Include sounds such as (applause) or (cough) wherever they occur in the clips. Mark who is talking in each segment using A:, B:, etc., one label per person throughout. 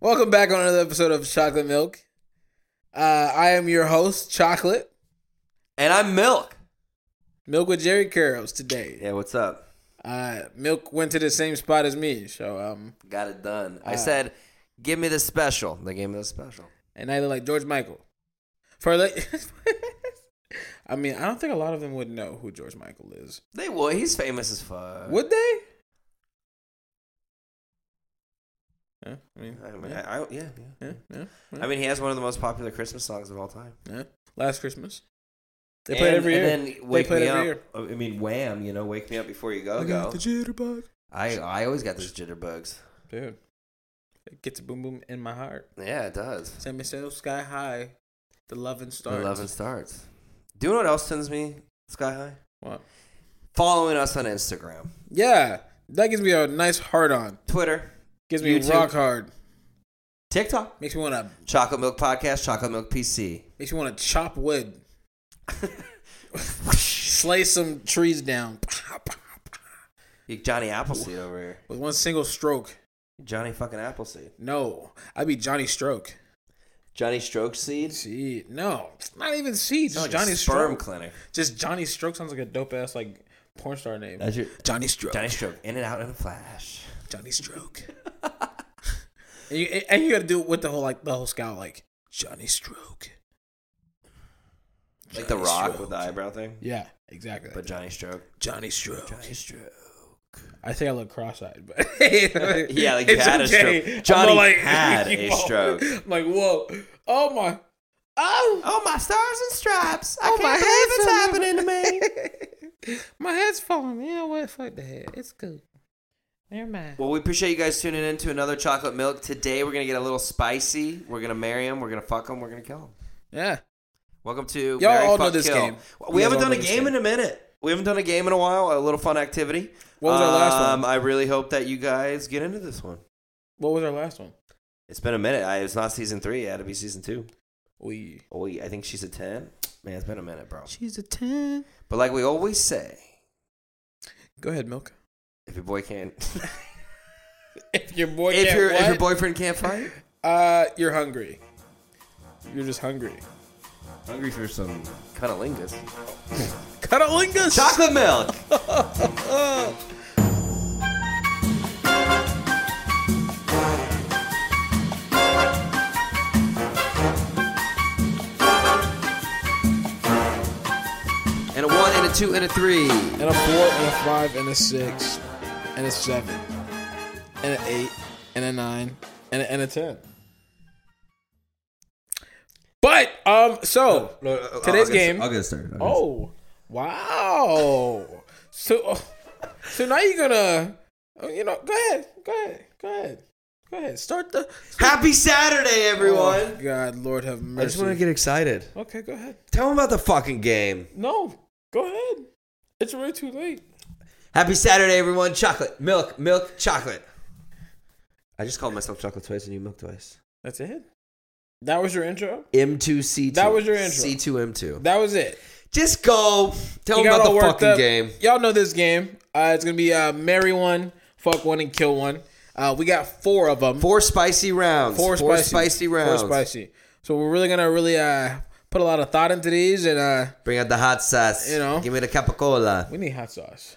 A: Welcome back on another episode of Chocolate Milk. Uh, I am your host, Chocolate
B: And I'm Milk.
A: Milk with Jerry Curls today.
B: Yeah, what's up?
A: Uh, Milk went to the same spot as me, so um,
B: Got it done. I said, give me the special. They gave me the special.
A: and I look like George Michael. For like, (laughs) I mean, I don't think a lot of them would know who George Michael is.
B: They would. He's famous as fuck.
A: Would they? Yeah, I mean,
B: I mean, I, I, yeah, yeah.
A: yeah, yeah, yeah,
B: I mean, he has one of the most popular Christmas songs of all time.
A: yeah. Last Christmas, they play it every year.
B: And then Wake
A: play it
B: Me
A: every
B: Up. Oh, I mean, Wham, you know, Wake Me Up Before You Go
A: I got
B: oh,
A: the
B: Go.
A: jitterbug,
B: I, I always got those jitterbugs.
A: dude. It gets a boom boom in my heart.
B: Yeah, it does.
A: Send me so sky high. The love and stars.
B: The love and starts. Do you know what else sends me sky high?
A: What?
B: Following us on Instagram,
A: Yeah, that gives me a nice hard on.
B: Twitter,
A: Gives me
B: YouTube.
A: rock hard.
B: TikTok,
A: Makes me wanna
B: Chocolate Milk Podcast, Chocolate Milk PC.
A: makes me wanna chop wood, slay some trees down
B: You (laughs) Johnny Appleseed over here.
A: with one single stroke.
B: Johnny fucking Appleseed.
A: No, I'd be Johnny Stroke.
B: Johnny Stroke Seed.
A: See, no, not even seeds.
B: Sounds
A: Just
B: like
A: Johnny
B: a sperm
A: Stroke.
B: clinic.
A: Just Johnny Stroke sounds like a dope ass like porn star name.
B: That's your
A: Johnny Stroke.
B: Johnny Stroke. In and out in a flash.
A: Johnny Stroke. (laughs) and, you, and you got to do it with the whole like the whole scowl like Johnny Stroke.
B: Like the
A: Johnny
B: Rock
A: Stroke.
B: with the eyebrow thing.
A: Yeah, exactly.
B: But Johnny Stroke.
A: Johnny Stroke.
B: Johnny Stroke.
A: I think I look cross-eyed, but
B: (laughs)
A: yeah,
B: like,
A: (laughs)
B: you had a stroke. Johnny had a stroke.
A: I'm like, whoa, oh my, oh,
B: Oh my stars and stripes! I
A: my
B: can't
A: head's
B: believe it's
A: (laughs)
B: happening to me.
A: my head's falling. You know what? Fuck the head. It's good. Never mind.
B: well, we appreciate you guys tuning in to another chocolate milk. Today we're gonna get a little spicy. We're gonna marry him. We're gonna fuck him. We're gonna kill him.
A: Yeah,
B: Welcome to
A: Y'all
B: Marry,
A: all
B: Fuck,
A: know this
B: Kill.
A: game.
B: We
A: You guys all
B: haven't done
A: know
B: a
A: this
B: game
A: game.
B: in a minute. We haven't done a game in a while. A little fun activity.
A: What was our last one?
B: Um, I really hope that you guys get into this one.
A: what was our last one?
B: It's been a minute. I, it's not season three. It had to be season two.
A: We.
B: Oh, yeah, I think she's a ten. Man, it's been a minute, bro.
A: She's a ten.
B: But like we always say,
A: Go ahead,
B: (laughs)
A: milk.
B: if your boy can't, (laughs)
A: If your boy
B: if
A: can't
B: your if your
A: what?
B: boyfriend can't fight,
A: uh, you're hungry. You're just hungry.
B: hungry for some cunnilingus.
A: Cuddlingus.
B: Chocolate milk. (laughs) and a one, and a two, and a three.
A: and a four and a five and a six and a seven and an eight and a nine and a, and a ten. But um, so
B: uh,
A: today's game.
B: get started.
A: Oh, wow! So oh, so now you're gonna oh, you know go ahead, go ahead, go ahead, go ahead. Start the
B: Happy Saturday,
A: oh,
B: everyone!
A: God, Lord have mercy.
B: I just want to get excited.
A: okay, go ahead.
B: Tell them about the fucking game.
A: No, go ahead. It's already too late.
B: Happy Saturday, everyone. Chocolate, milk, milk, chocolate. I just called myself chocolate twice and you milk twice.
A: That's it. That was your intro.
B: M2C2.
A: That was your intro.
B: C2M2.
A: That was it.
B: Just go. Tell
A: You
B: them
A: got
B: about
A: all
B: the
A: worked
B: fucking
A: up.
B: game.
A: Y'all know this game. Uh, it's gonna be uh, marry one, fuck one, and kill one. Uh, we got four of them.
B: Four spicy rounds.
A: Four
B: rounds.
A: Four spicy. So we're really gonna really uh, put a lot of thought into these, and uh,
B: Bring out the hot sauce.
A: You know.
B: Give me the capicola.
A: we need hot sauce.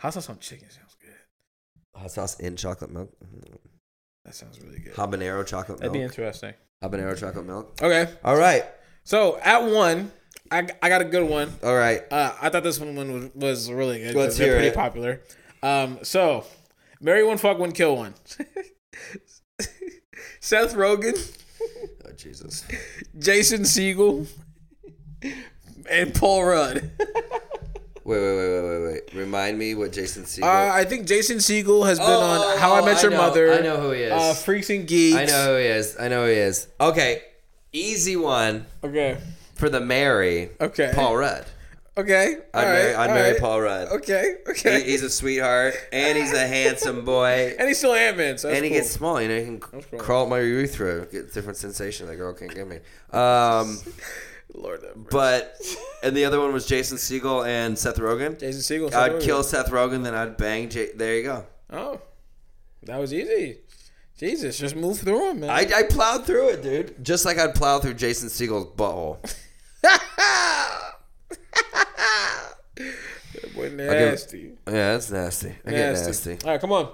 A: Hot sauce on chicken sounds good.
B: Hot sauce in chocolate milk.
A: That sounds really good.
B: Habanero chocolate
A: That'd be
B: milk.
A: interesting.
B: Habanero chocolate milk.
A: Okay,
B: All right.
A: so at one, I, I got a good one.
B: All right.
A: Uh, I thought this one was, was really good.
B: Let's
A: They're
B: hear
A: pretty
B: it.
A: popular. Um, so, marry one, fuck one, kill one. (laughs) Seth Rogen,
B: Oh, Jesus.
A: Jason Siegel, and Paul Rudd.
B: Wait, wait, wait, wait, wait, wait. Remind me what Jason Segel.
A: Uh, I think Jason Siegel has been on
B: Oh,
A: How I Met Your
B: know-
A: Mother.
B: I know who he is.
A: Uh, Freaks and Geeks.
B: I know who he is. I know who he is. Okay, easy one
A: Okay.
B: for the Mary.
A: Okay.
B: Paul Rudd.
A: Okay.
B: I'd
A: All
B: marry,
A: right,
B: I'd
A: all
B: marry
A: right.
B: Paul Rudd.
A: Okay.
B: He-
A: Okay.
B: he's a sweetheart, and he's a handsome (laughs) boy,
A: and he's still Ant Man. So that's
B: and he
A: cool.
B: gets small. You know, he can
A: cool.
B: crawl up my urethra, get different sensation that girl can't give me. Um,
A: Lord have mercy.
B: but and the other one was Jason Segel and Seth Rogen.
A: Jason Siegel. Seth
B: I'd
A: Rogen.
B: kill Seth Rogen, then I'd bang. J- there you go.
A: Oh, that was easy. Jesus, just move through them, man.
B: I, I plowed through it, dude. Just like I'd plow through Jason Siegel's butthole.
A: That boy nasty.
B: Yeah, that's nasty. I
A: nasty.
B: get nasty.
A: All right, come on.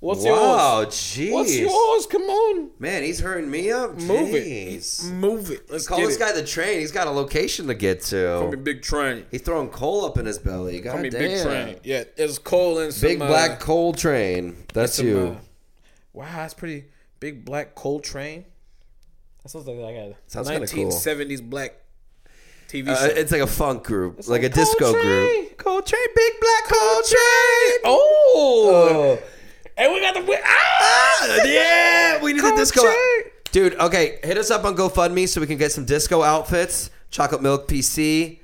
A: What's
B: wow,
A: yours?
B: jeez.
A: What's yours? Come on.
B: Man, he's hurting me up.
A: Move
B: jeez.
A: it. Move it. Let's
B: Call
A: get
B: this
A: it.
B: guy the train. He's got a location to get
A: Call me
B: to.
A: Big Train.
B: He's throwing coal up in his belly. God
A: Call me
B: damn.
A: Big Train. Yeah, there's coal and some
B: Big
A: uh,
B: black coal train. That's
A: some, uh,
B: you.
A: wow, that's pretty. Big black coal train. That sounds like I got
B: Sounds kinda cool.
A: 1970s black TV
B: Uh,
A: show.
B: it's like a funk group, like,
A: like
B: a disco
A: Coal Train.
B: group. Coal train, big black coal train.
A: oh,
B: Oh.
A: and we got the win. Ah!
B: (laughs) yeah, we need
A: Coal
B: the disco.
A: Train.
B: Dude, okay, hit us up on GoFundMe so we can get some disco outfits. Chocolate Milk PC,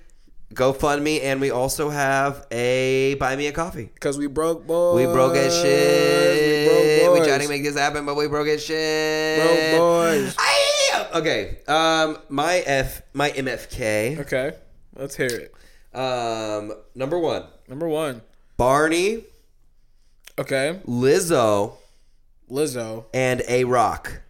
B: GoFundMe, and we also have a Buy Me a Coffee.
A: Cause we broke boys.
B: We broke as
A: We
B: shit.
A: broke
B: We,
A: boys.
B: tried to make this happen, but we broke as shit.
A: broke boys.
B: Aye! Okay. Um, my F, my MFK.
A: Okay, let's hear it.
B: Um, number one,
A: Number one.
B: Barney,
A: Okay,
B: Lizzo,
A: Lizzo
B: and A Rock.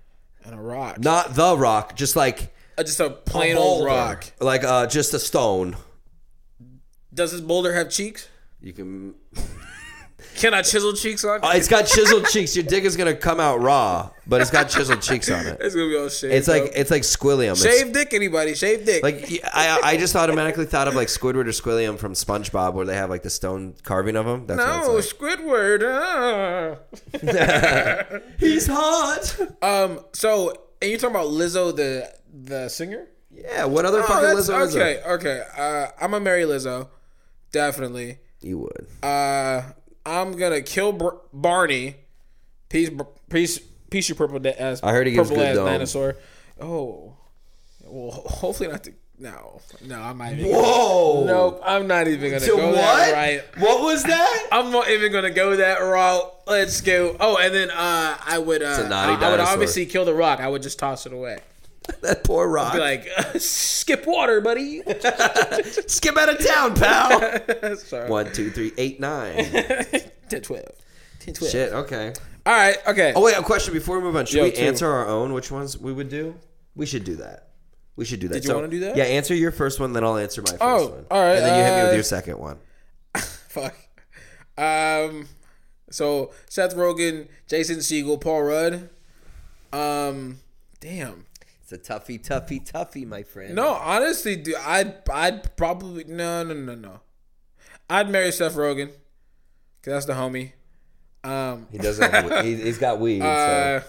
A: and a rock.
B: Not the Rock, just like
A: Uh, just a plain
B: a
A: old
B: boulder.
A: rock.
B: like uh, just a stone.
A: Does this boulder have cheeks?
B: You can
A: Can I chisel cheeks on?
B: Uh,
A: it?
B: it's got chiseled cheeks. Your dick is gonna come out raw, but it's got chiseled cheeks on it.
A: it's gonna be all shit.
B: It's like it's like squillium. It's-
A: shave dick. Anybody shave dick?
B: like I I just automatically thought of like Squidward or Squillium from SpongeBob, where they have like the stone carving of him. That's
A: no,
B: what it's
A: Oh, Squidward. ah.
B: like. he's hot.
A: um. So, and you talking about Lizzo, the the singer?
B: Yeah. What other
A: Oh,
B: fucking
A: that's-
B: lizard is
A: okay.
B: it?
A: Okay. Uh, I'm gonna marry Lizzo, definitely.
B: You would.
A: Uh, I'm gonna kill Br- Barney. Peace, Br- peace, peace. You purple da- ass.
B: I heard he gives
A: purple
B: good
A: ass
B: dome.
A: dinosaur. Oh, well. Hopefully not. To, no, no. I'm not. Even,
B: Whoa.
A: nope. I'm not even gonna
B: To
A: go that
B: what?
A: right. Uh,
B: What was that?
A: I'm not even gonna go that route. Let's go. Oh, and then uh, I would. Uh,
B: a naughty
A: I, I would
B: dinosaur.
A: obviously kill the rock. I would just toss it away.
B: that poor rock.
A: Be like, (laughs) skip water, buddy. (laughs)
B: Skip out of town, pal. (laughs)
A: Sorry.
B: One, two, three,
A: (laughs)
B: eight, nine.
A: 10, 12. 10, 12.
B: Shit. Okay.
A: All right. Okay.
B: Oh wait, a question before we move on. Should
A: Yo,
B: we
A: two.
B: answer our own? Which ones we would do? We should do that. We should do that. Did
A: you wanna do that?
B: Yeah, answer your first one, then I'll answer my first
A: Oh,
B: one.
A: all right,
B: And then you hit me
A: uh,
B: with your second one.
A: Fuck. Um. So Seth Rogen, Jason Siegel, Paul Rudd. Um. Damn.
B: It's a toughie, toughie, toughie, my friend.
A: No, honestly, dude, I'd I'd probably no no no no. I'd marry Seth Rogen, cause that's the homie. Um.
B: he doesn't. Have weed. He, he's got weed.
A: Uh,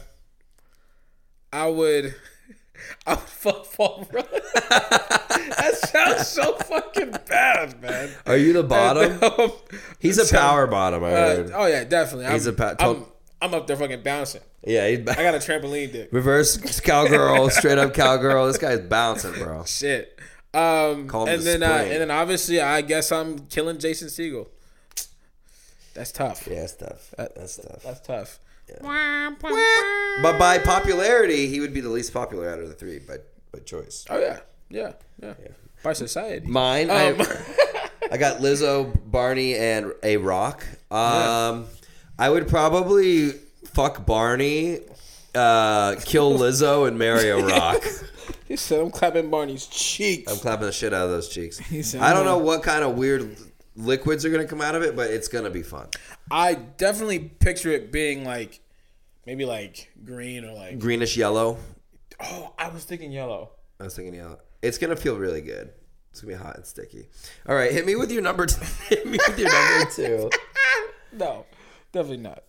A: I would. (laughs) I would fuck Paul Rudd. (laughs) that sounds so fucking bad, man. Um,
B: so. Are you
A: (laughs)
B: the bottom? He's a power bottom. I
A: Uh,
B: heard.
A: oh yeah, definitely.
B: He's
A: I'm,
B: a pa-
A: I'm, I'm up there fucking bouncing.
B: yeah, he's back.
A: I got a trampoline dick.
B: (laughs)
A: (laughs)
B: reverse cowgirl, straight up cowgirl. This guy's bouncing, bro.
A: Shit. Um,
B: Call him
A: and
B: the
A: then uh,
B: spring.
A: and then obviously I guess I'm killing Jason Siegel. That's tough.
B: Yeah, that's tough.
A: Uh,
B: That's tough.
A: That's tough.
B: But by popularity, he would be the least popular out of the three, but by choice.
A: Oh yeah, yeah, yeah. By society.
B: Mine.
A: Um,
B: I, (laughs) I got Lizzo, Barney, and a Rock. Um, I would probably fuck Barney, uh, kill Lizzo, and marry a Rock.
A: he said I'm clapping Barney's
B: I'm
A: cheeks.
B: clapping the shit out of those cheeks.
A: said,
B: I don't know what kind of weird liquids are gonna come out of it, but it's gonna be fun.
A: I definitely picture it being like maybe like green or like
B: Greenish yellow.
A: oh I was thinking yellow.
B: I was thinking yellow. It's gonna feel really good. It's gonna be hot and sticky. All right, hit me with your number. T- (laughs) hit me with your number two.
A: No, definitely not.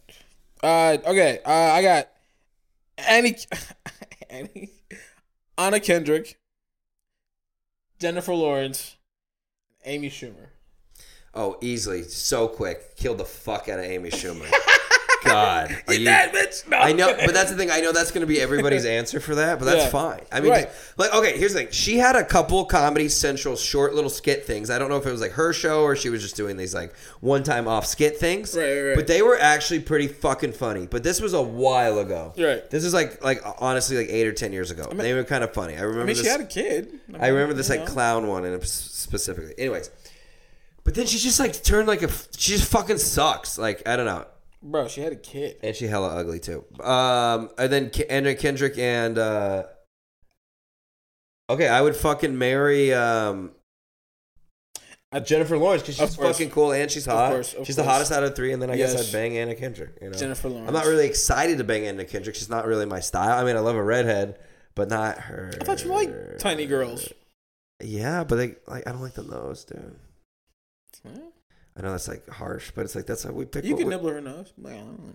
A: Uh, okay, uh, I got Annie, (laughs) Annie, Anna Kendrick, Jennifer Lawrence, Amy Schumer.
B: Oh, easily, so quick, killed the fuck out of Amy Schumer.
A: (laughs)
B: God, are you-
A: bitch! No,
B: I know, but that's the thing. I know that's going to
A: (laughs)
B: be everybody's answer for that, but that's
A: Yeah.
B: fine. I mean,
A: Right.
B: like, okay, here's the thing. She had a couple Comedy Central short little skit things. I don't know if it was like her show or she was just doing these like one time off skit things.
A: Right, right, right.
B: But they were actually pretty fucking funny. But this was a while ago.
A: Right.
B: This is like, like honestly, like eight or ten years ago. they were kind of funny. I remember.
A: I mean, she
B: this,
A: had a kid.
B: I remember this
A: You
B: like
A: know.
B: clown one and specifically. Anyways, but then she just like turned like a f- she just fucking sucks. Like I don't know.
A: Bro, she had a kid.
B: and she hella ugly too. Um, and then K- Anna Kendrick and uh, okay, I would fucking marry um
A: I-
B: Jennifer Lawrence because
A: Of
B: she's
A: course.
B: fucking cool and she's
A: Of
B: hot.
A: course, of
B: she's the
A: course.
B: hottest out of three, and then I guess
A: Yes.
B: I'd bang Anna Kendrick. You know?
A: Jennifer Lawrence.
B: I'm not really excited to bang Anna Kendrick. She's not really my style. I mean, I love a redhead, but not her.
A: I thought you liked tiny girls.
B: Yeah, but they like I don't like the nose, dude.
A: Huh?
B: I know that's like harsh, but it's like that's how we pick.
A: You
B: what
A: can
B: we-
A: nibble her nose. Like, I don't know.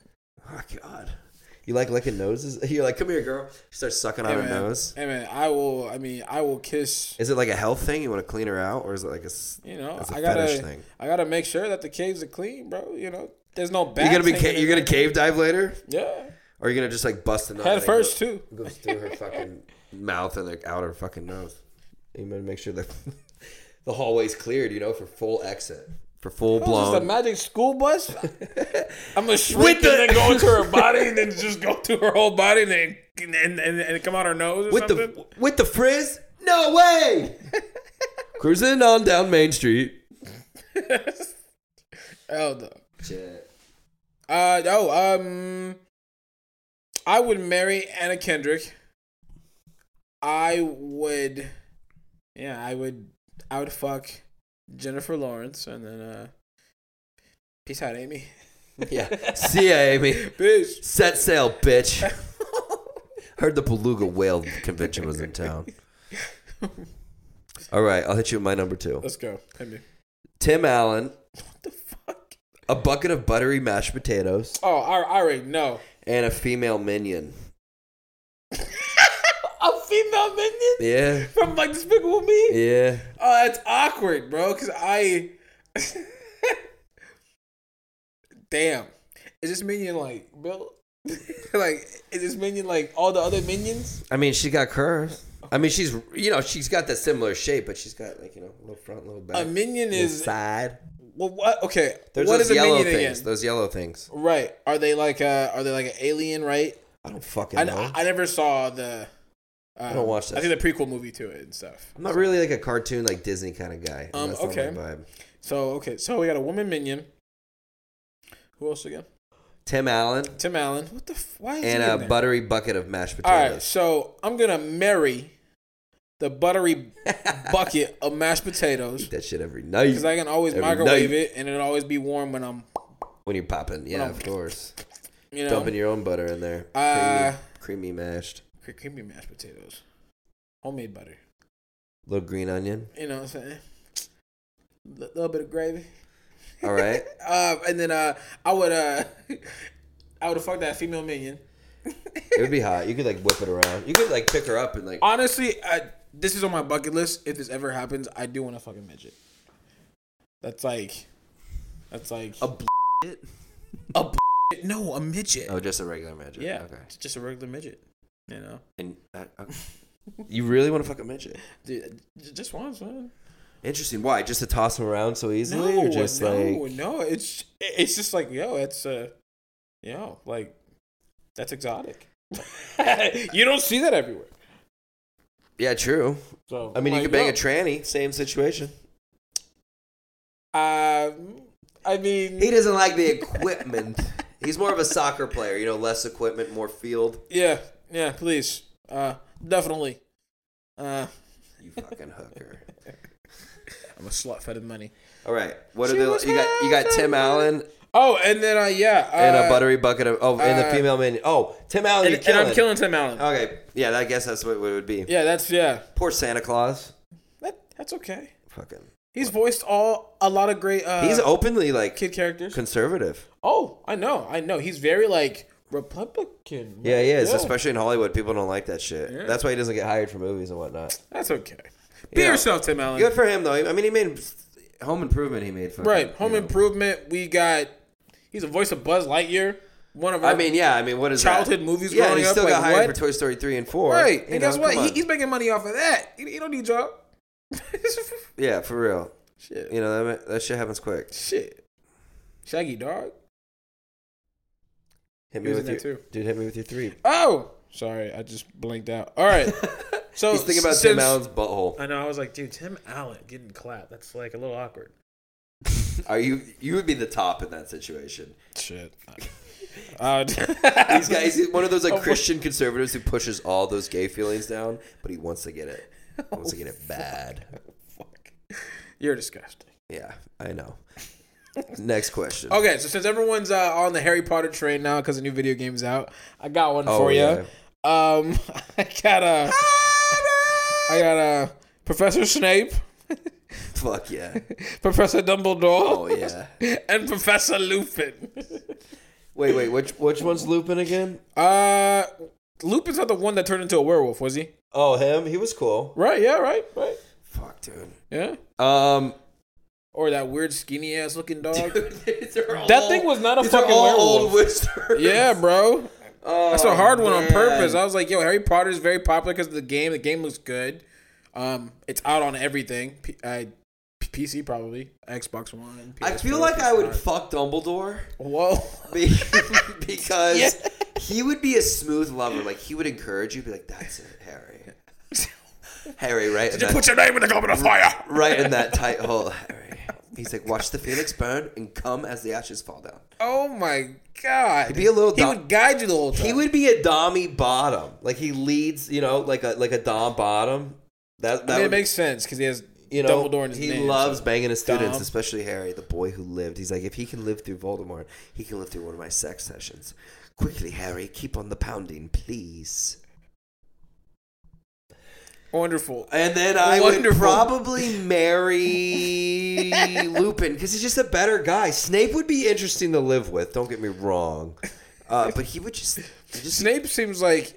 B: Oh God. You like licking noses? (laughs) You're like, come here, girl. She starts sucking on
A: Hey,
B: her
A: man.
B: nose.
A: Hey man, I will. I mean, I will kiss.
B: Is it like a health thing? You want to clean her out, or is it like a, s-
A: You know,
B: it's a
A: I
B: fetish
A: gotta.
B: thing?
A: I gotta make sure that the caves are clean, bro. You know, there's no bad.
B: You're gonna be
A: thing
B: ca-
A: in
B: you're
A: it.
B: gonna cave dive later,
A: Yeah,
B: or you're gonna just like bust a nut
A: head
B: and it
A: first too.
B: go- goes through her fucking mouth and like out her fucking nose. You better make sure that (laughs) the hallway's cleared. You know, for full exit, for full
A: What is this,
B: blown.
A: the magic school bus?
B: (laughs)
A: I'm gonna
B: With
A: shrink
B: the-
A: and then go into her body and then just go through her whole body and then and, and, and, and come out her nose or
B: with
A: something.
B: the with the frizz? No way. (laughs) Cruising on down Main Street.
A: (laughs) Hell no.
B: Shit.
A: Uh oh. Um, I would marry Anna Kendrick. I would, yeah, I would, I would fuck Jennifer Lawrence and then uh, peace out, Amy.
B: (laughs) Yeah. See ya, Amy.
A: Peace.
B: Set sail, bitch. Heard the beluga whale convention was in town. All right, I'll hit you with my number two.
A: (laughs) Let's go. Hit me.
B: Tim Allen,
A: What the fuck?
B: a bucket of buttery mashed potatoes,
A: Oh, I, I already know.
B: and a female minion.
A: (laughs) a female minion
B: Yeah,
A: from like Despicable Me.
B: yeah.
A: Oh, that's awkward, bro. Because I, (laughs) damn, is this minion like Bill? (laughs) like, is this minion like all the other minions?
B: I mean, she got curves. I mean, she's you know she's got that similar shape, but she's got like you know little front, little back,
A: A minion
B: little
A: is
B: side.
A: well, what? Okay,
B: There's
A: what
B: those
A: is a
B: yellow
A: minion
B: things.
A: again?
B: Those yellow things.
A: Right? Are they like uh Are they like an alien? Right?
B: I don't fucking
A: I,
B: know.
A: I, I never saw the. Um, I
B: don't watch that
A: I think the prequel movie to it and stuff.
B: I'm not really like a cartoon, like Disney kind of guy.
A: Um,
B: That's not my
A: okay.
B: vibe.
A: So okay, so we got a woman minion. Who else again?
B: Tim Allen.
A: Tim Allen. What the? F- why is he
B: and
A: in
B: a
A: there?
B: buttery bucket of mashed
A: All right,
B: potatoes.
A: so I'm gonna marry the buttery (laughs) bucket of mashed potatoes
B: (laughs) Eat that shit every night
A: because I can always
B: Every
A: microwave
B: night.
A: it and it'll always be warm when I'm,
B: when you're popping. Yeah,
A: I'm-
B: of course.
A: you know,
B: Dumping your own butter in there. Creamy,
A: Uh,
B: creamy mashed.
A: cre- creamy mashed potatoes, homemade butter.
B: Little green onion.
A: You know what I'm saying? A little bit of gravy,
B: All right.
A: uh, and then uh, I would uh, (laughs) I would fuck that female minion.
B: it would be hot. You could like whip it around. You could like pick her up
A: (laughs)
B: and like.
A: Honestly, I, this is on my bucket list. If this ever happens, I do want to fucking midget. That's like, that's like
B: A bl-
A: no, a midget.
B: oh, just a regular midget.
A: Yeah,
B: Okay.
A: it's just a regular midget. You know,
B: And that, uh, (laughs) you really want to fuck a midget?
A: dude, j- just once, man.
B: Interesting. Why? Just to toss him around so
A: No,
B: easily, or just
A: no,
B: like
A: no. It's it's just like yo, it's uh, yo, like that's exotic. (laughs) you don't see that everywhere.
B: yeah, true.
A: So
B: I mean,
A: like,
B: you could bang
A: yo,
B: a tranny. Same situation.
A: Um, I mean,
B: He doesn't like the equipment. (laughs) He's more of a soccer player, you know, less equipment, more field.
A: yeah, yeah. Please, uh, definitely. Uh,
B: You fucking hooker.
A: I'm a slut fed of money.
B: All right. What
A: She
B: are
A: was
B: the you got? You got Tim
A: my
B: Allen
A: Oh, and then uh, yeah, uh,
B: and a buttery bucket of oh, and the
A: uh,
B: female minion. Oh, Tim Allen,
A: and,
B: you're
A: and
B: killing.
A: I'm killing Tim Allen.
B: Okay, yeah, I guess that's what it would be.
A: yeah, that's yeah.
B: Poor Santa Claus.
A: That that's okay.
B: Fucking.
A: He's voiced all a lot of great. Uh,
B: He's openly like
A: kid characters.
B: conservative.
A: Oh, I know, I know. He's very like Republican.
B: Yeah, he is.
A: Yeah.
B: Especially in Hollywood, people don't like that shit. That's why he doesn't get hired for movies and whatnot.
A: That's okay. Be
B: Yeah.
A: yourself, Tim Allen.
B: Good for him though. I mean, he made Home Improvement. He made fucking,
A: Right, Home
B: you know.
A: Improvement. We got. He's a voice of Buzz Lightyear. One of our.
B: I mean, yeah. I mean, what is
A: Childhood
B: that?
A: movies
B: Yeah, and
A: growing
B: he
A: up,
B: still got
A: like,
B: hired
A: what?
B: for Toy Story three and four.
A: right.
B: You
A: And
B: know,
A: guess what?
B: come
A: He,
B: on.
A: he's making money off of that. He, he don't need job. (laughs)
B: yeah, for real.
A: Shit.
B: You know that that shit happens quick.
A: Shit. Shaggy dog.
B: Hit
A: He
B: me
A: was
B: with
A: in
B: your
A: that too.
B: dude. Hit me with your three.
A: Oh, sorry, I just blinked out. All
B: (laughs)
A: right. So
B: He's thinking about
A: since-
B: Tim Allen's butthole. (laughs)
A: I know. I was like, dude, Tim Allen getting clapped. That's like a little awkward.
B: Are you? You would be the top in that situation.
A: Shit. Uh, (laughs)
B: (laughs) He's got. He's one of those like Christian conservatives who pushes all those gay feelings down, but he wants to get it. He wants to get it bad.
A: fuck. You're disgusting.
B: Yeah, I know. Next question.
A: Okay, so since everyone's uh, on the Harry Potter train now because the new video game's out, I got one for you.
B: Oh, yeah.
A: Um, (laughs) I got a, I got a Professor Snape, (laughs)
B: Fuck yeah.
A: Professor
B: Oh
A: Dumbledore,
B: yeah.
A: (laughs) and Professor Lupin. (laughs)
B: Wait, wait. Which which one's Lupin again?
A: Uh, Lupin's not the one that turned into a werewolf, was he?
B: Oh, him. He was cool.
A: Right? Yeah. Right. Right.
B: Fuck, dude.
A: Yeah.
B: Um, (laughs)
A: Or that weird skinny ass looking dog.
B: that
A: that thing was not a fucking werewolf.
B: old wizards.
A: (laughs) yeah, bro.
B: Oh,
A: That's a hard one on
B: man.
A: purpose. I was like, yo, Harry Potter is very popular because of the game. The game looks good. Um, it's out on everything. P- I, P- PC probably, Xbox One.
B: I
A: PS4,
B: feel like I would
A: PS5.
B: fuck Dumbledore
A: (laughs)
B: (laughs)
A: Whoa. (laughs)
B: be- because
A: Yeah.
B: he would be a smooth lover. Like he would encourage you, be like, "That's it, Harry." Harry, right? in
A: Did you
B: that-
A: put your name in the goblet of fire?
B: right in that tight hole, Harry. He's like, "Watch the Felix burn and come as the ashes fall down."
A: (laughs) Oh my god. He'd
B: be a little
A: He
B: dumb.
A: would guide you the whole time.
B: He would be a dommy bottom. Like he leads, you know, like a like a dom bottom. That that
A: I mean,
B: would-
A: it makes sense because he has
B: you know,
A: Dumbledore in his
B: he
A: name,
B: loves banging his students,
A: Dom.
B: especially Harry, the boy who lived. He's like, if he can live through Voldemort, he can live through one of my sex sessions. Quickly, Harry, keep on the pounding, please.
A: Wonderful.
B: And then I would
A: Wonderful.
B: probably
A: (laughs)
B: marry Lupin because he's just a better guy. Snape would be interesting to live with. Don't get me wrong, uh, but he would just, he just Mm.
A: Snape seems like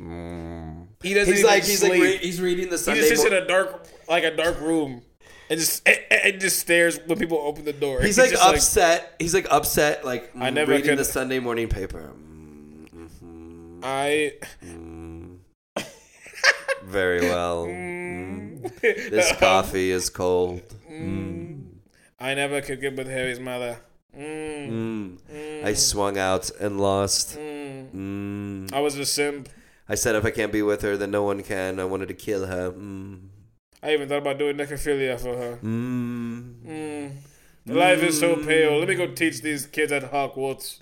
A: he doesn't.
B: he's like he's
A: he's sleep.
B: like
A: like
B: re- he's reading the
A: he
B: Sunday.
A: just sits
B: mor-
A: in a dark like a dark room and just and, and just stares when people open the door.
B: He's like
A: just
B: upset. he's like upset. Like I
A: never
B: reading
A: could-
B: the Sunday morning paper. Mm, mhm,
A: I (laughs)
B: mm. Very well. Mm. This
A: (laughs) Um,
B: coffee is cold. Mm.
A: I never could get with Harry's mother. Mm,
B: Mm. I swung out and lost.
A: mm.
B: Mm.
A: I was a simp.
B: I said if I can't be with her, then no one can. I wanted to kill her. Mm.
A: I even thought about doing necrophilia for her.
B: Mm. (laughs)
A: Mm. Life is so pale. Let me go teach these kids at Hogwarts.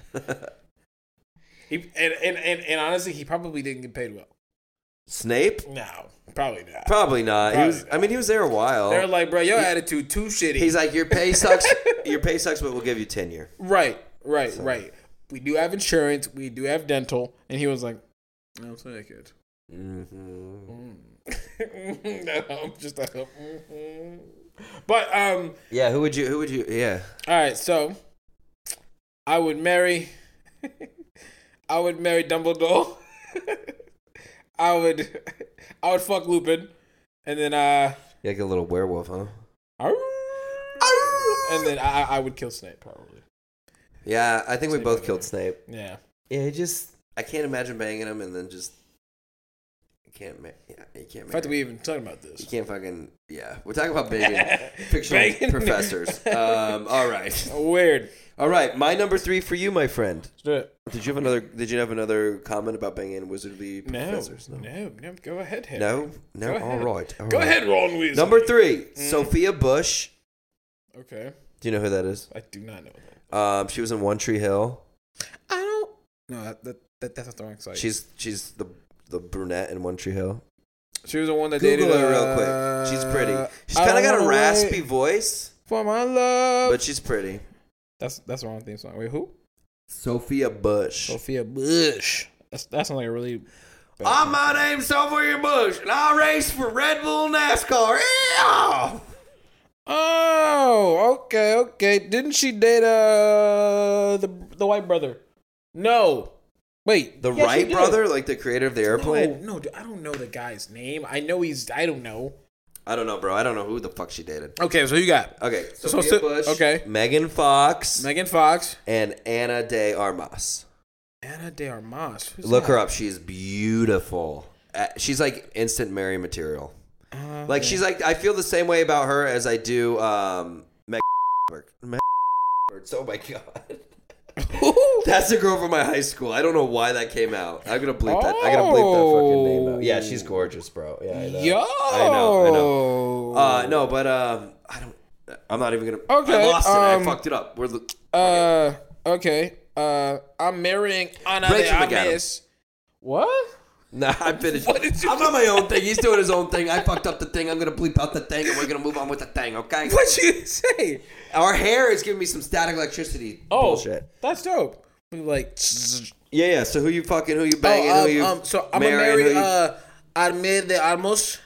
A: he, and, and, and, and honestly, he probably didn't get paid well.
B: Snape?
A: No, probably not.
B: Probably not. He
A: Probably
B: was. I mean, he was there a while.
A: They're like, bro, your attitude too shitty.
B: He's like, your
A: (laughs)
B: pay sucks. your pay sucks, but we'll give you tenure.
A: right, right, right. We do have insurance. We do have dental. And he was like, I'll take (laughs) it.
B: Mm-hmm.
A: I'm just like, mhm. but um,
B: Yeah, who would you? Who would you? Yeah,
A: all right. So, I would marry. (laughs) I would marry Dumbledore. (laughs) I would, (laughs) I would fuck Lupin, and then uh,
B: You like a little werewolf, huh?
A: and then I, I would kill Snape probably.
B: Yeah, I think we
A: Snape
B: both
A: over
B: killed
A: there.
B: Snape.
A: Yeah.
B: Yeah, he just I can't imagine banging him and then just you can't make. Yeah, you can't
A: In
B: make.
A: fact, we even talking about this.
B: you can't fucking. Yeah, we're talking
A: (laughs)
B: about banging fictional
A: Banging. (laughs)
B: professors. Um, all right,
A: Weird.
B: all right. My number three for you, my friend.
A: Let's do it.
B: Did you have another? Did you have another comment about banging wizardly
A: No,
B: professors?
A: no, no, Go ahead, Harry.
B: no, no.
A: Go
B: all
A: ahead.
B: right, all
A: Go
B: right.
A: ahead, Mm. Ron Weasley.
B: Number three, Sophia Bush.
A: Okay,
B: Do you know who that is?
A: I do not know that.
B: Um, she was in One Tree Hill.
A: I don't. No, that, that, that that's not the wrong site. She,
B: She's she's the the brunette in One Tree Hill.
A: was the one that
B: Google
A: dated
B: her real
A: uh,
B: quick. She's pretty. She's
A: I
B: kind of got a
A: wanna
B: raspy
A: wait Oh.
B: voice,
A: For my love.
B: but she's pretty.
A: that's that's the wrong theme song. Wait, who?
B: Sophia Bush.
A: Sophia Bush. That's that sounds like a really. bad
B: Ah,
A: song.
B: my name's Sophia Bush, and I race for Red Bull NASCAR. Yeah!
A: Oh, okay, okay. Didn't she date uh the the white brother? No. Wait,
B: The
A: yes, she
B: Wright
A: did.
B: brother, like the creator of the airplane.
A: No, no, dude, I don't know the guy's name. I know he's. I don't know.
B: I don't know, bro. I don't know who the fuck she dated.
A: Okay, so you got
B: Okay,
A: So,
B: Sophia
A: so-
B: Bush.
A: okay.
B: Megan Fox
A: Megan Fox,
B: and Anna De Armas.
A: Anna De Armas. Who's
B: Look
A: that?
B: her up. She's beautiful. Uh, She's like instant Mary material.
A: Uh,
B: Like she's like I feel the same way about her as I do um Meg. (laughs) Meg- Oh my god, (laughs) that's a girl from my high school. I don't know why that came out. I'm gonna bleep that. I gotta bleep that fucking name
A: Oh.
B: out. Yeah, she's gorgeous, bro. Yeah, I know.
A: Yo.
B: I know. I know. Uh, no, but Uh, um, I don't. I'm not even gonna.
A: Okay,
B: I lost it.
A: um,
B: I fucked it up. We're the, (laughs)
A: Uh, okay. Uh, I'm marrying Ana
B: Rachel
A: de
B: McAdams.
A: Armas. What?
B: nah. I'm finished.
A: What did you
B: I'm on my own thing. He's doing his own thing. I fucked up the thing. I'm gonna bleep out the thing, and we're gonna move on with the thing. Okay.
A: What'd you say?
B: Our hair is giving me some static electricity.
A: Oh,
B: bullshit.
A: that's dope. We like.
B: Yeah, yeah. So who you fucking? Who you banging?
A: Oh,
B: who you
A: um, um, so I'm gonna
B: marrying,
A: marry
B: who you-
A: uh, Arme de Armos.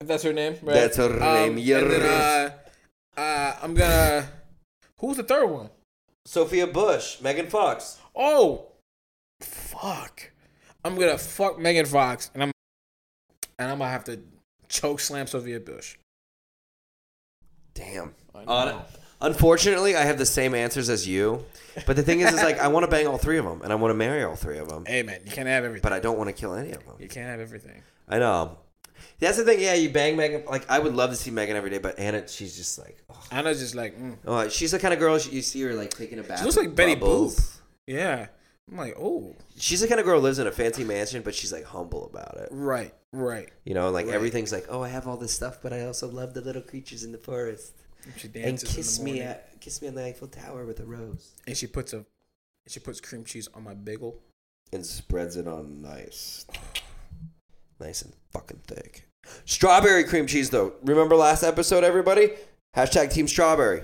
A: If that's her name, right?
B: That's her name,
A: and then,
B: yes.
A: uh, uh, I'm gonna. Who's the third one?
B: Sophia Bush, Megan Fox.
A: Oh, fuck! I'm gonna fuck Megan Fox, and I'm and I'm gonna have to choke slam Sophia Bush.
B: Damn.
A: I
B: Un- unfortunately, I have the same answers as you. But the thing is, is like I want to bang all three of them, and I want to marry all three of them,
A: Hey man, you can't have everything.
B: but I don't want to kill any of them.
A: you can't have everything.
B: I know. That's the thing. Yeah, you bang Megan. Like I would love to see Megan every day, but Anna, she's just like, oh,
A: Anna's just like, mm.
B: oh, she's the kind of girl she, you see her like taking a bath.
A: looks
B: with
A: like Betty
B: bubbles.
A: Boop. yeah. I'm like, oh,
B: She's the kind of girl who lives in a fancy mansion, but she's like humble about it.
A: right, right.
B: You know, like
A: Right.
B: everything's like, oh, I have all this stuff, but I also love the little creatures in the forest.
A: She
B: and
A: dances
B: kiss
A: in the
B: me,
A: morning,
B: at, kiss me on the Eiffel Tower with a rose.
A: and she puts a, she puts cream cheese on my bagel.
B: and spreads it on nice, nice and fucking thick. Strawberry cream cheese, though. Remember last episode, everybody? Hashtag Team Strawberry.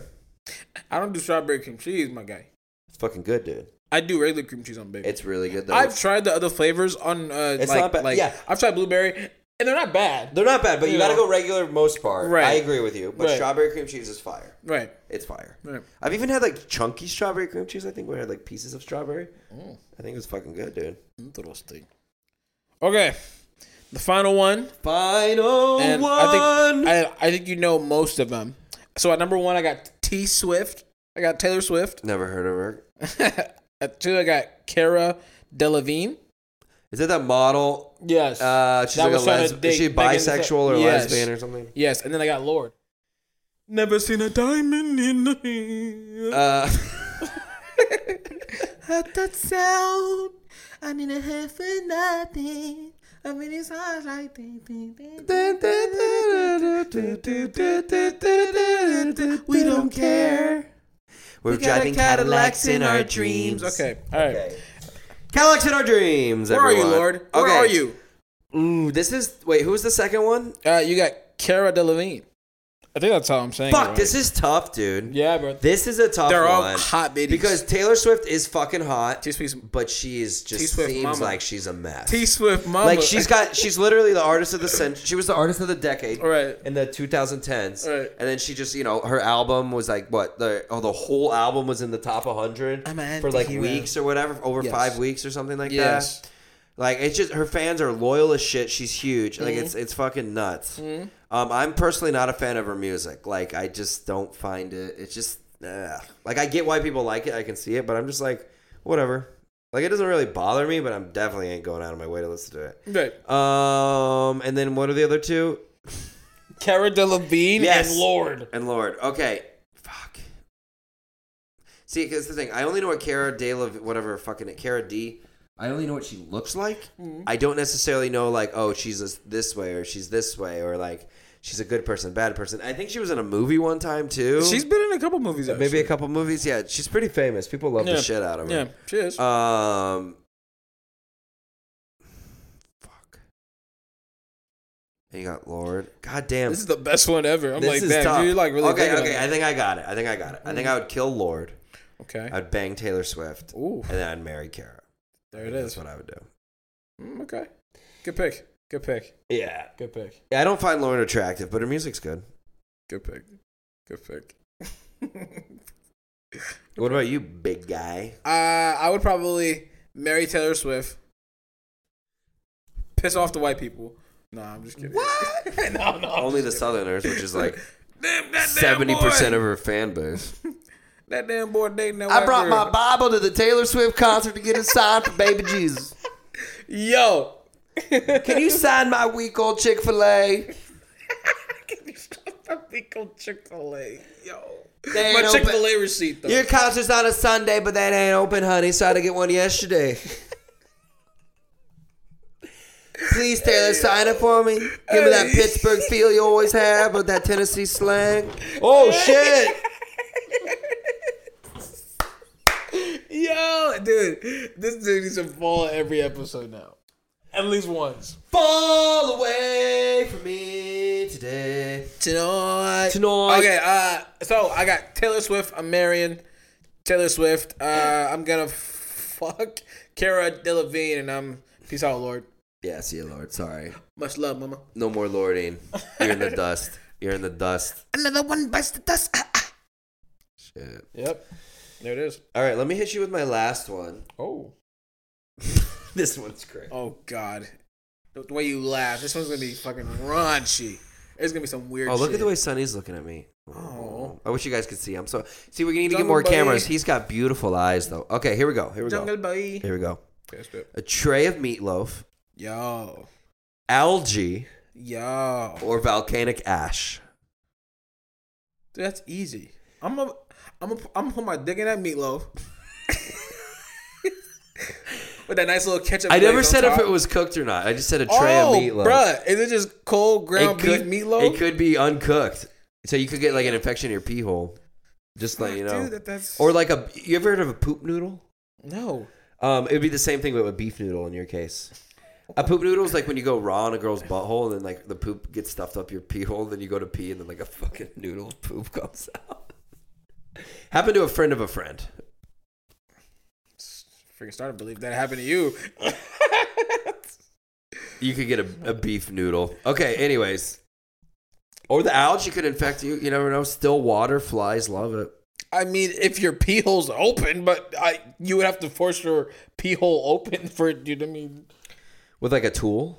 A: I don't do strawberry cream cheese, my guy.
B: It's fucking good, dude.
A: I do regular cream cheese on bagel.
B: It's really good, though.
A: I've tried the other flavors on. Uh,
B: It's
A: like,
B: not bad.
A: Like,
B: Yeah.
A: I've tried blueberry, and they're not bad.
B: They're not bad, but you
A: Yeah.
B: gotta go regular most part.
A: Right.
B: I agree with you, but
A: Right.
B: strawberry cream cheese is fire.
A: Right.
B: It's fire.
A: Right.
B: I've even had like chunky strawberry cream cheese. I think where I had like pieces of strawberry.
A: Mm.
B: I think it was fucking good, dude.
A: Interesting. Okay, the final one,
B: Final
A: and
B: one.
A: I think I, I think you know most of them. So at number one, I got T Swift. I got Taylor Swift. (laughs)
B: Never heard of her.
A: at two, I got Cara Delevingne.
B: Is that that model?
A: Yes.
B: Uh, she's
A: That
B: like a
A: was trying to
B: lesbian. Is she
A: dig back into-
B: bisexual or
A: Yes.
B: lesbian or something?
A: yes, and then I got Lord. Never seen a diamond in the hand.
B: Uh, (laughs)
A: Heard that sound. I need a half for nothing. I mean, it's hard like ding, ding, ding, ding, ding, ding, ding.
B: we don't care. We're driving Cadillacs in our dreams.
A: Okay, all right.
B: Cadillacs in our dreams.
A: Where are you,
B: everyone.
A: Lord? Where are you?
B: Ooh, this is. Wait, who's the second one?
A: Uh, you got Cara Delevingne. I think that's how I'm saying.
B: Fuck, this is tough, dude.
A: Yeah, bro.
B: This is a tough
A: They're all
B: one.
A: hot bitties.
B: Because Taylor Swift is fucking hot,
A: T Swift,
B: but she is just
A: T-Swift
B: seems
A: mama.
B: like she's a mess.
A: T Swift, mama.
B: like she's got, she's literally the artist of the century. She was the artist of the decade.
A: all right.
B: in the 2010s.
A: Right.
B: And then she just, you know, her album was like what the oh the whole album was in the top 100
A: I'm an
B: for like
A: antihero.
B: weeks or whatever, over
A: Yes.
B: 5 weeks or something like
A: Yes.
B: that. Like it's just her fans are loyal as shit. She's huge. Like it's it's fucking nuts. Um I'm personally not a fan of her music. Like I just don't find it. It's just ugh. like I get why people like it. I can see it, but I'm just like whatever. Like it doesn't really bother me, but I'm definitely ain't going out of my way to listen to it.
A: Right.
B: Um and then what are the other two?
A: Cara Delevingne
B: Yes.
A: and Lord.
B: And Lord, okay, fuck. See, because the thing, I only know what Cara De La, whatever fucking it, Cara D. I only know what she looks like.
A: Hmm.
B: I don't necessarily know like, oh, she's a, this way or she's this way or like she's a good person, bad person. I think she was in a movie one time too.
A: She's been in a couple movies. Actually.
B: maybe a couple movies. Yeah, she's pretty famous. People love
A: Yeah.
B: the shit out of
A: Yeah,
B: her.
A: she is.
B: Um. Fuck. And you got Lord. God damn.
A: This is the best one ever. I'm
B: This
A: like,
B: is
A: damn,
B: tough.
A: you're like really
B: okay.
A: thinking
B: Okay,
A: about
B: I think I got it. I think I got it. I think I would kill Lord.
A: it. Okay.
B: I would bang Taylor Swift,
A: Ooh,
B: and then I'd marry Kara.
A: there it
B: That's
A: is.
B: what I would do.
A: Mm, okay. Good pick. Good pick.
B: Yeah.
A: Good pick.
B: yeah I don't find Lauren attractive, but her music's good.
A: Good pick. Good pick.
B: What about you, big guy?
A: uh, I would probably marry Taylor Swift. Piss off the white people. No, I'm just kidding. What? (laughs) no, no. I'm
B: Only the
A: just
B: Southerners, which is (laughs) like
A: kidding. Damn, that
B: seventy percent
A: of
B: of her fan base.
A: that damn boy dating that
B: I
A: white
B: brought
A: girl.
B: my Bible to the Taylor Swift concert to get it signed for Baby Jesus.
A: Yo. (laughs)
B: Can you sign my week old Chick Fil A?
A: Chick Fil A. Yo.
B: They
A: My
B: ain't
A: Chick
B: open-
A: Fil A receipt though.
B: Your concert's on a Sunday, but that ain't open, honey. So I had to get one yesterday. Please, Taylor, sign it for me. Give me that
A: Hey.
B: Pittsburgh feel you always have with that Tennessee slang. Oh, shit.
A: Yo, dude, this dude needs to fall every episode now, at least once.
B: Fall away from me today.
A: Tonight.
B: Tonight.
A: Okay, uh, so I got Taylor Swift. I'm marrying Taylor Swift. Uh, I'm gonna fuck Cara Delevingne, and I'm peace out, Lord.
B: Yeah, see you, Lord. Sorry.
A: Much love, mama.
B: No more lording. You're in the dust. You're in the dust.
A: Another one bites the dust. Ah,
B: Shit.
A: Yep, there it is.
B: All right, let me hit you with my last one. (laughs)
A: Oh,
B: This one's great.
A: oh God, the, the way you laugh. This one's gonna be fucking raunchy. There's gonna be some weird.
B: Oh, look
A: shit.
B: at the way Sonny's looking at me.
A: Oh.
B: I wish you guys could see. I'm so see. We need to get
A: Jungle
B: more
A: buddy.
B: cameras. He's got beautiful eyes, though. Okay, here we go. Here we
A: Jungle
B: go.
A: boy.
B: Here we go.
A: Yes, but-
B: A tray of meatloaf,
A: Yo,
B: algae,
A: yo,
B: or volcanic ash.
A: dude, that's easy. I'm a, I'm a, I'm gonna put my dick in that meatloaf. (laughs) With that nice little ketchup.
B: I never
A: glaze on
B: said if
A: top.
B: it was cooked or not. I just said a tray
A: oh,
B: of meatloaf.
A: bruh, is it just cold
B: it
A: ground
B: could,
A: beef meatloaf?
B: It could be uncooked, so you could get like an infection in your pee hole. Just let you know.
A: Dude, that, that's
B: or like a. You ever heard of a poop noodle?
A: no.
B: Um, it'd be the same thing, but with beef noodle in your case. A poop noodle is like when you go raw in a girl's butthole, and then like the poop gets stuffed up your pee hole, then you go to pee, and then like a fucking (laughs) noodle of poop comes out. Happened to a friend of a friend.
A: Freaking started to believe that happened to you. (laughs)
B: You could get a, a beef noodle. Okay, anyways. Or the algae could infect you. You never know. Still water, flies love it.
A: I mean, if your pee hole's open, but I you would have to force your pee hole open for it, dude. I mean, (laughs)
B: With like a tool.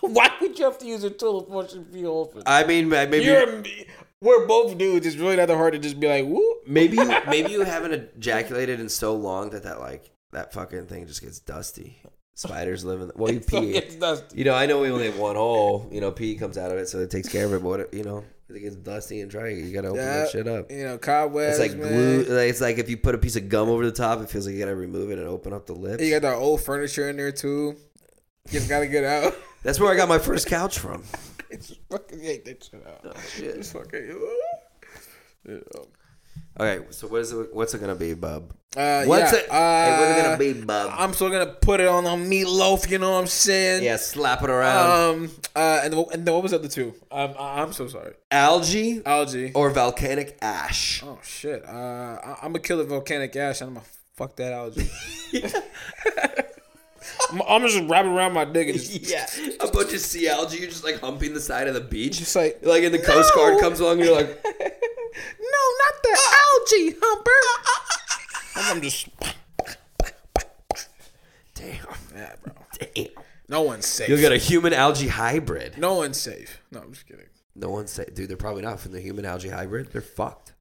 A: why would you have to use a tool to force your pee hole open?
B: I mean, ma- maybe
A: You're a me- we're both dudes. It's really not that hard to just be like, whoop.
B: (laughs)
A: (laughs)
B: maybe you, maybe you haven't ejaculated in so long that that like that fucking thing just gets dusty. Spiders live in. Well, you
A: So
B: pee.
A: it's dusty.
B: You know, I know we only have one hole. You know, pee comes out of it, so it takes care of it. But what if- you know, if it gets dusty and dry. You gotta open
A: Yeah.
B: that shit up.
A: You know, cobwebs.
B: It's like
A: man.
B: glue. like, It's like if you put a piece of gum over the top, it feels like you gotta remove it and open up the lips.
A: You got that old furniture in there too. You just gotta get out. (laughs)
B: That's where I got my first couch from.
A: It's fucking hate that shit out. It's
B: Shit.
A: fucking. Yeah.
B: Okay, so what is it? What's it gonna be, bub?
A: Uh,
B: What's
A: yeah,
B: it? hey, what's it gonna
A: uh,
B: be, bub?
A: I'm still gonna put it on a meatloaf. You know what I'm saying?
B: yeah, slap it around.
A: Um. Uh. And the- and then what was the other two? Um. I, I'm so sorry.
B: Algae
A: Algae.
B: or volcanic ash. (laughs)
A: Oh shit. Uh. I, I'm gonna kill the volcanic ash. and I'm gonna fuck that
B: (laughs)
A: algae. (laughs) I'm, I'm just wrap it around my dick and
B: (laughs)
A: just,
B: Yeah, a bunch of sea algae. You're just like humping the side of the beach.
A: just like.
B: Like, and the Coast
A: No.
B: Guard comes along, and you're
A: (laughs)
B: like,
A: No, not the algae, Humper. And I'm just.
B: damn,
A: Yeah, bro.
B: damn.
A: No one's safe.
B: You'll get a human algae hybrid.
A: no one's safe. No, I'm just
B: (laughs)
A: kidding.
B: No one say, dude, they're probably not from the human algae hybrid. They're fucked.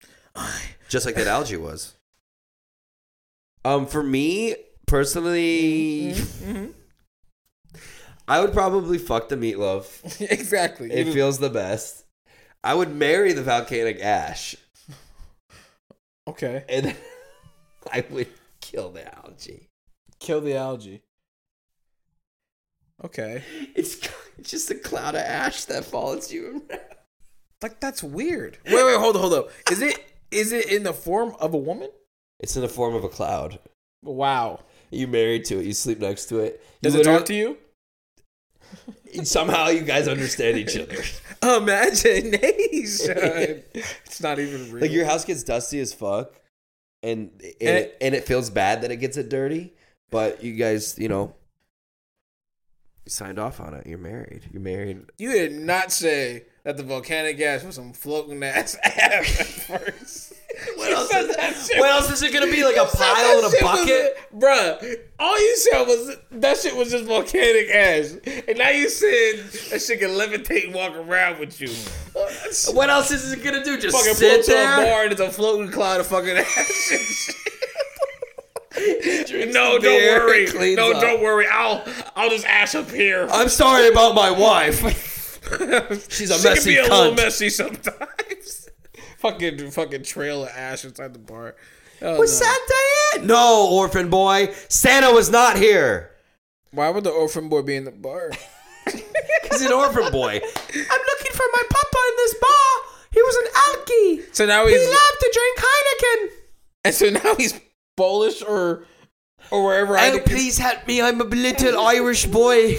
B: Just like that algae was. Um, for me personally, Mm-hmm. I would probably fuck the meatloaf.
A: exactly. You
B: It
A: just-
B: feels the best. I would marry the volcanic ash,
A: okay.
B: and (laughs) then I would kill the algae.
A: Kill the algae. Okay.
B: It's (laughs) just a cloud of ash that follows you around.
A: Like that's weird. Wait, wait, hold up, hold up. Is it is it in the form of a woman?
B: It's in the form of a cloud.
A: Wow.
B: You married to it. You sleep next to it. You
A: Does it
B: literally-
A: talk to you?
B: Somehow you guys understand each (laughs) other.
A: (laughs)
B: (laughs)
A: Imagination. it's not even real.
B: like your house gets dusty as fuck, and and,
A: And
B: it, and it feels bad that it gets it dirty. But you guys, you know, you signed off on it. You're married. You're married.
A: you did not say that the volcanic gas was some floating ass (laughs) ass at first.
B: (laughs)
A: (laughs)
B: What
A: You
B: else?
A: said
B: Is,
A: that shit
B: what else is it gonna be? Like a
A: said
B: pile
A: that
B: in a
A: shit was
B: bucket?
A: a- Bruh, all you said was that shit was just volcanic ash. And now you said that shit can levitate and walk around with you. (laughs) That's
B: What else is it gonna do? Just
A: fucking pull
B: sit
A: to a
B: there.
A: bar and it's a floating cloud of fucking ash and (laughs) shit. No,
B: some
A: don't
B: beer,
A: worry.
B: cleans
A: No,
B: up.
A: don't worry. I'll I'll just ash up here. (laughs)
B: I'm sorry about my wife. She's a
A: she can
B: messy
A: be a
B: cunt.
A: little messy sometimes. (laughs) fucking fucking trail of ash inside the bar. Oh, no.
B: eh? Santa in? No, orphan boy. Santa was not here.
A: Why would the orphan boy be in the bar?
B: He's an orphan boy. I'm looking for my papa in this bar. He was an alky.
A: So now
B: (laughs)
A: he's
B: loved to drink Heineken.
A: and so now he's Polish or or wherever I
B: Oh, please help me. I'm a (laughs) little Irish boy.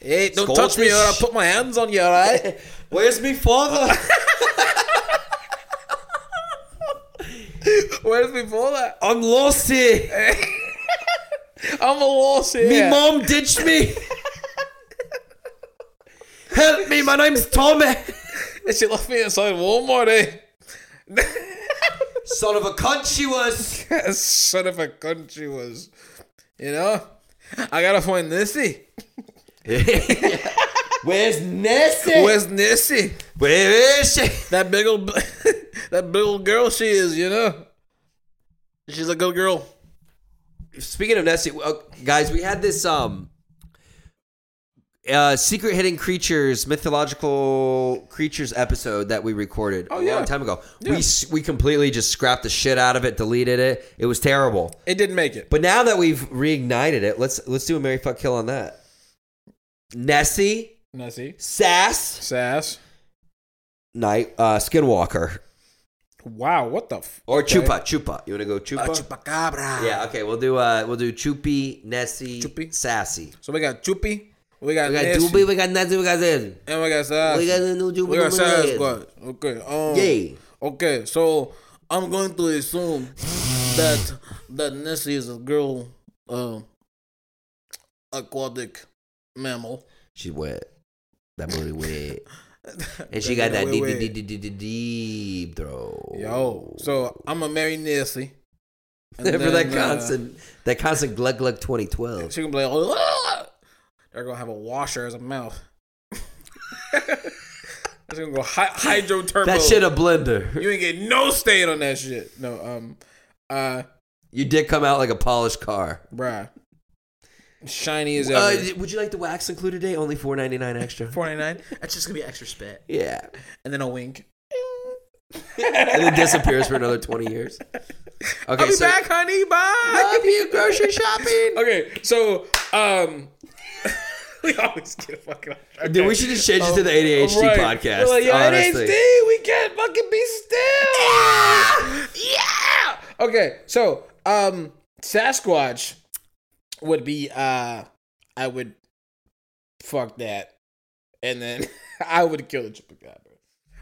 A: Hey, don't touch me or I'll
B: Scottish.
A: put my hands on you,
B: (laughs)
A: alright?
B: Where's me father?
A: Where's before that?
B: I'm lost here.
A: I'm a loss here.
B: Me mom ditched me. help me. My name's Tommy.
A: And she left me inside Walmart, eh? (laughs)
B: Son of a cunt she (laughs) was.
A: Son of a country was. You know? I gotta find Nissy.
B: Where's Nessie?
A: Where's Nissy?
B: Where is she?
A: That big old (laughs) that big old girl she is, you know? She's a good girl.
B: Speaking of Nessie, uh, guys, we had this um uh secret hidden creatures mythological creatures episode that we recorded a
A: Oh, yeah.
B: long time ago. We s- we completely just scrapped the shit out of it, deleted it. It was terrible.
A: It didn't make it.
B: But now that we've reignited it, let's let's do a Mary fuck kill on that. Nessie,
A: Nessie.
B: Sass,
A: Sass.
B: Night, uh, Skinwalker,
A: Wow, what the f-
B: or
A: Okay.
B: Chupa Chupa. You want to go
A: Ah,
B: Chupa?
A: Chupacabra.
B: Yeah. Okay. We'll do uh we'll do Chupi, Nessie,
A: Chupi.
B: Sassy.
A: So we got Chupi, we got,
B: We got
A: Nessie,
B: Doobie, we got Nessie, we got Zed.
A: and we got Sass.
B: We got a new Doobie.
A: We got
B: Doobie Zed.
A: Sasquatch. Okay. Um,
B: Yay.
A: Okay, so I'm going to assume that that Nessie is a girl, uh, aquatic mammal.
B: She's wet. That booty wet. And she got
A: (laughs)
B: that
A: Wait,
B: deep,
A: wait.
B: deep, deep, deep, deep, deep throw. (laughs)
A: Yo, so I'm gonna marry Nessie.
B: for
A: And
B: that
A: then, uh,
B: constant, that constant glug glug
A: (laughs)
B: 2012.
A: she gonna be like, "Ah!" they're gonna have a washer as a mouth. (laughs) It's gonna go hy- hydro turbo.
B: That shit a blender.
A: You ain't get no stain on that shit. No, um, uh,
B: Your dick come out like a polished car.
A: bruh, shiny as
B: Uh,
A: ever.
B: d- would you like the wax included today? Only four ninety nine extra.
A: (laughs) 49. That's just gonna be extra spit.
B: Yeah,
A: And then a wink.
B: and then disappears for another twenty years. Okay,
A: I'll be
B: so
A: back, honey. Bye.
B: love you grocery shopping.
A: (laughs) Okay, so um (laughs) we always get fucking okay.
B: Dude, we should just change it to the ADHD
A: Oh, Right.
B: podcast.
A: We're like, Yo,
B: honestly.
A: ADHD, we can't fucking be still. yeah. Okay, so um Sasquatch would be uh I would fuck that. And then (laughs) I would kill the chupacabra.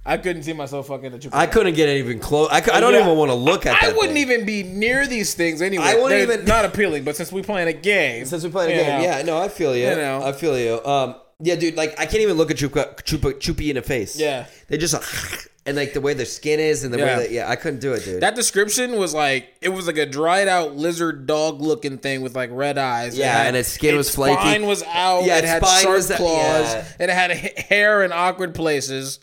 A: I couldn't see myself fucking the chupacabra.
B: I couldn't get even close. I, cou- I don't
A: Yeah.
B: even want to look at.
A: I
B: that
A: wouldn't
B: thing.
A: even be near these things anyway.
B: I wouldn't
A: They're
B: even-
A: not appealing, but since we playing a game,
B: Since we played a
A: you
B: game,
A: know.
B: yeah. No, I feel you.
A: You know.
B: I feel you. Um, yeah, dude. Like, I can't even look at Chupa Chupa Chupi in the face.
A: Yeah.
B: they just like, and like the way their skin is and the
A: Yeah.
B: way that yeah, I couldn't do it, dude.
A: That description was like it was like a dried out lizard dog looking thing with like red eyes.
B: Yeah,
A: had-
B: and its skin was flaky.
A: Spine was out.
B: Yeah,
A: it
B: its
A: had
B: spine
A: sharp
B: was that-
A: claws.
B: yeah.
A: It had ha- hair in awkward places.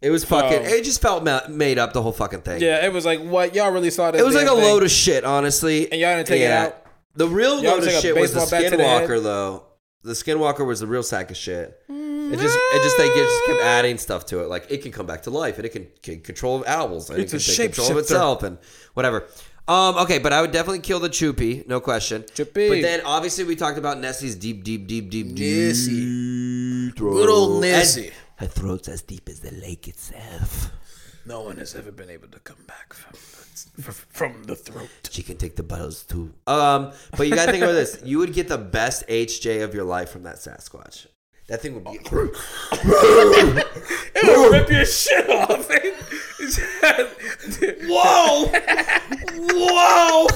B: it was fucking.
A: Bro.
B: It just felt ma- made up the whole fucking thing.
A: Yeah, it was like what y'all really thought.
B: It was like a load of shit, honestly.
A: And y'all didn't take it out?
B: The real
A: Y'all
B: load of
A: took a
B: shit was the
A: baseball bat to the head?
B: Skinwalker, though. The Skinwalker was the real sack of shit.
A: Mm.
B: It just, it just, like, it just kept adding stuff to it. Like it can come back to life, and it can, can control owls, and
A: It's
B: it
A: a
B: can take control of
A: shapeshifter.
B: itself, and whatever. Um, okay, but I would definitely kill the Choopy, no question.
A: Choopy.
B: But then obviously we talked about Nessie's deep, deep, deep, deep,
A: Nessie.
B: deep throat.
A: Good old Nessie.
B: And her throat's as deep as the lake itself.
A: No one has ever been able to come back from the, from the throat.
B: She can take the bottles too. Um, but you gotta think about this. You would get the best HJ of your life from that Sasquatch. That thing would (laughs) be.
A: It will rip your shit off. it
B: (laughs) Whoa! Whoa!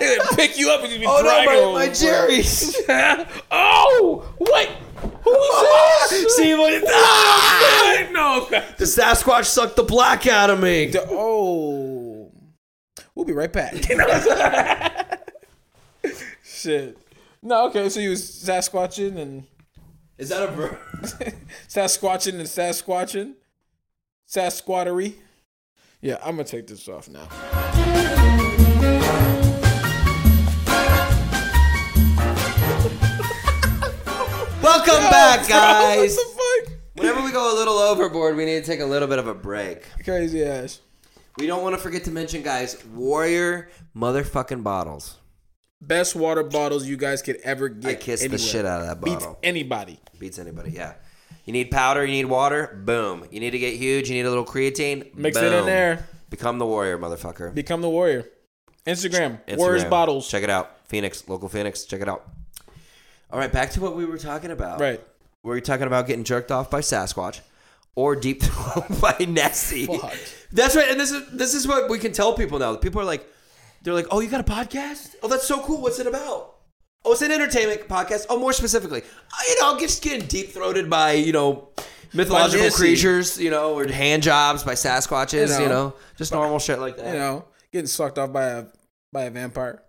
A: would pick you up and you'd be
B: Oh no,
A: dragging
B: my, my
A: over.
B: Jerry's.
A: (laughs) oh wait, who
B: (laughs)
A: is this?
B: See what it's. Ah! (laughs)
A: I know.
B: The Sasquatch sucked the black out of me.
A: Oh, we'll be right back. (laughs) Shit. No, okay. So you was sasquatching and
B: Is that a verb?
A: sasquatching and sasquatching, sasquattery. Yeah, I'm gonna take this off now.
B: Welcome
A: (laughs)
B: back, guys.
A: what the
B: (laughs) Whenever we go a little overboard, we need to take a little bit of a break.
A: fuck? Crazy ass.
B: We don't want to forget to mention, guys, Warrior motherfucking bottles.
A: best water bottles you guys could ever get.
B: I kissed
A: anywhere.
B: the shit out of that
A: Beats
B: bottle.
A: anybody.
B: Beats anybody. Yeah. You need powder. You need water. Boom. You need to get huge. You need a little creatine.
A: Mix it
B: boom.
A: in there.
B: Become the warrior, motherfucker.
A: Become the warrior. Instagram.
B: Instagram.
A: Warriors bottles.
B: Check it out. Phoenix, local Phoenix. Check it out. All right, back to what we were talking about.
A: Right.
B: We were talking about getting jerked off by Sasquatch or deep (laughs) throat by Nessie.
A: Fuck.
B: That's right. And this is this is what we can tell people now. People are like, they're like, oh, you got a podcast? Oh, that's so cool. What's it about? Oh, it's an entertainment podcast. Oh, more specifically, oh, you know, I'm just getting deep throated by you know mythological
A: Nessie.
B: creatures, you know, or hand jobs by Sasquatches, you
A: You
B: know,
A: know.
B: just normal shit like that.
A: You know, getting sucked off by a by a vampire.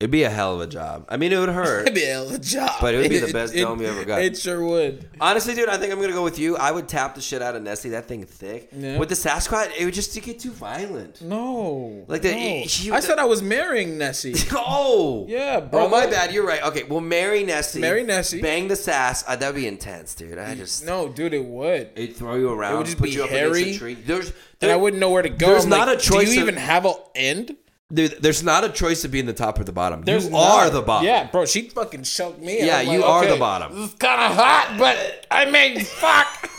B: It'd be a hell of a job. I mean, it would hurt.
A: (laughs) That'd be a hell of a job.
B: But it would be
A: (laughs)
B: the best dome you ever got.
A: It sure would.
B: Honestly, dude, I think I'm gonna go with you. I would tap the shit out of Nessie. That thing thick.
A: Yeah.
B: With the Sasquatch, it would just get too violent. (laughs)
A: No.
B: Like the-
A: no.
B: he-
A: I said I was marrying
B: (laughs)
A: Nessie.
B: Oh.
A: Yeah,
B: Oh,
A: bro.
B: my bad. You're right. Okay, well, marry Nessie.
A: Marry Nessie.
B: Bang the Sass. Uh, that'd be intense, dude. I just
A: No, dude, it would.
B: it'd throw you around.
A: It would just
B: put
A: be
B: you up
A: hairy,
B: against a tree. There's
A: and
B: there-
A: I wouldn't know where to go.
B: there's
A: I'm
B: not
A: like,
B: a choice
A: Do you
B: of-
A: even have an end?
B: dude. There's not a choice to be in the top or the bottom.
A: There's
B: you
A: not.
B: are the bottom.
A: Yeah, bro. She fucking choked me. and
B: Yeah,
A: I'm
B: you
A: like,
B: are
A: okay,
B: the bottom.
A: This is kind of hot, but I mean,
B: (laughs)
A: fuck.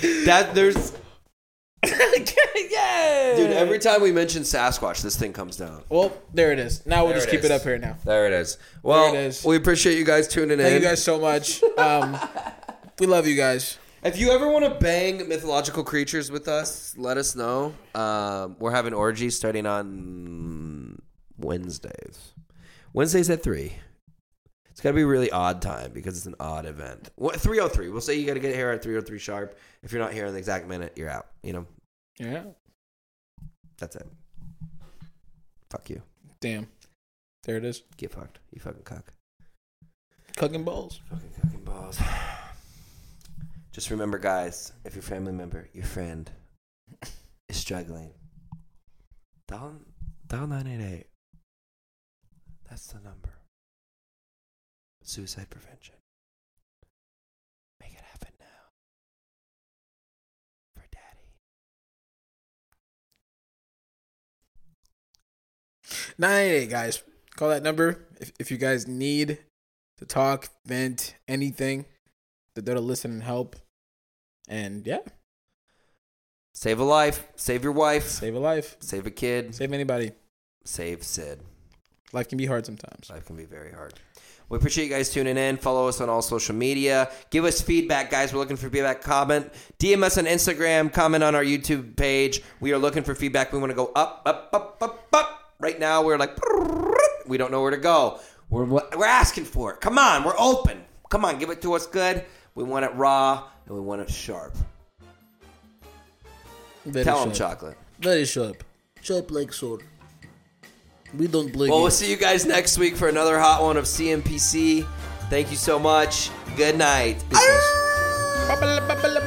A: (laughs)
B: That there's
A: yeah.
B: dude. Every time we mention Sasquatch, this thing comes down.
A: well, there it is. Now we'll
B: There
A: just
B: it
A: keep
B: is.
A: it up here now.
B: There it is. Well,
A: There it is.
B: we appreciate you guys tuning in.
A: Thank you guys so much. Um,
B: (laughs)
A: we love you guys.
B: If you ever want to bang mythological creatures with us, let us know. Um, we're having orgies starting on Wednesdays. Wednesdays at three. It's got to be a really odd time because it's an odd event. What three oh three? We'll say you got to get here at three oh three sharp. If you're not here in the exact minute, you're out. You know,
A: Yeah.
B: that's it. Fuck you.
A: Damn. There it is.
B: Get fucked. You fucking cock.
A: Cooking balls.
B: Fucking fucking balls. (sighs) Just remember, guys, if your family member, your friend, is struggling, dial dial nine eight eight. That's the number. Suicide prevention. Make it happen now. For daddy.
A: Nine eight eight guys. Call that number if if you guys need to talk, vent, anything. They're there to listen and help. And yeah,
B: Save a life. Save your wife.
A: save a life.
B: Save a kid.
A: Save anybody.
B: Save Sid.
A: Life can be hard sometimes.
B: Life can be very hard. We appreciate you guys tuning in. Follow us on all social media. Give us feedback, guys. We're looking for feedback. Comment. DM us on Instagram. Comment on our YouTube page. We are looking for feedback. We want to go up, up, up, up, up. Right now, we're like, (laughs) we don't know where to go. We're, we're asking for it. Come on. We're open. Come on. Give it to us good. We want it raw and we want it sharp.
A: Let
B: Tell
A: it
B: them,
A: show up.
B: Chocolate.
A: Let it show up. Show up like sword. We don't play
B: Well,
A: games.
B: we'll see you guys next week for another hot one of CMPC. Thank you so much. Good night.
A: Bubble, bubble,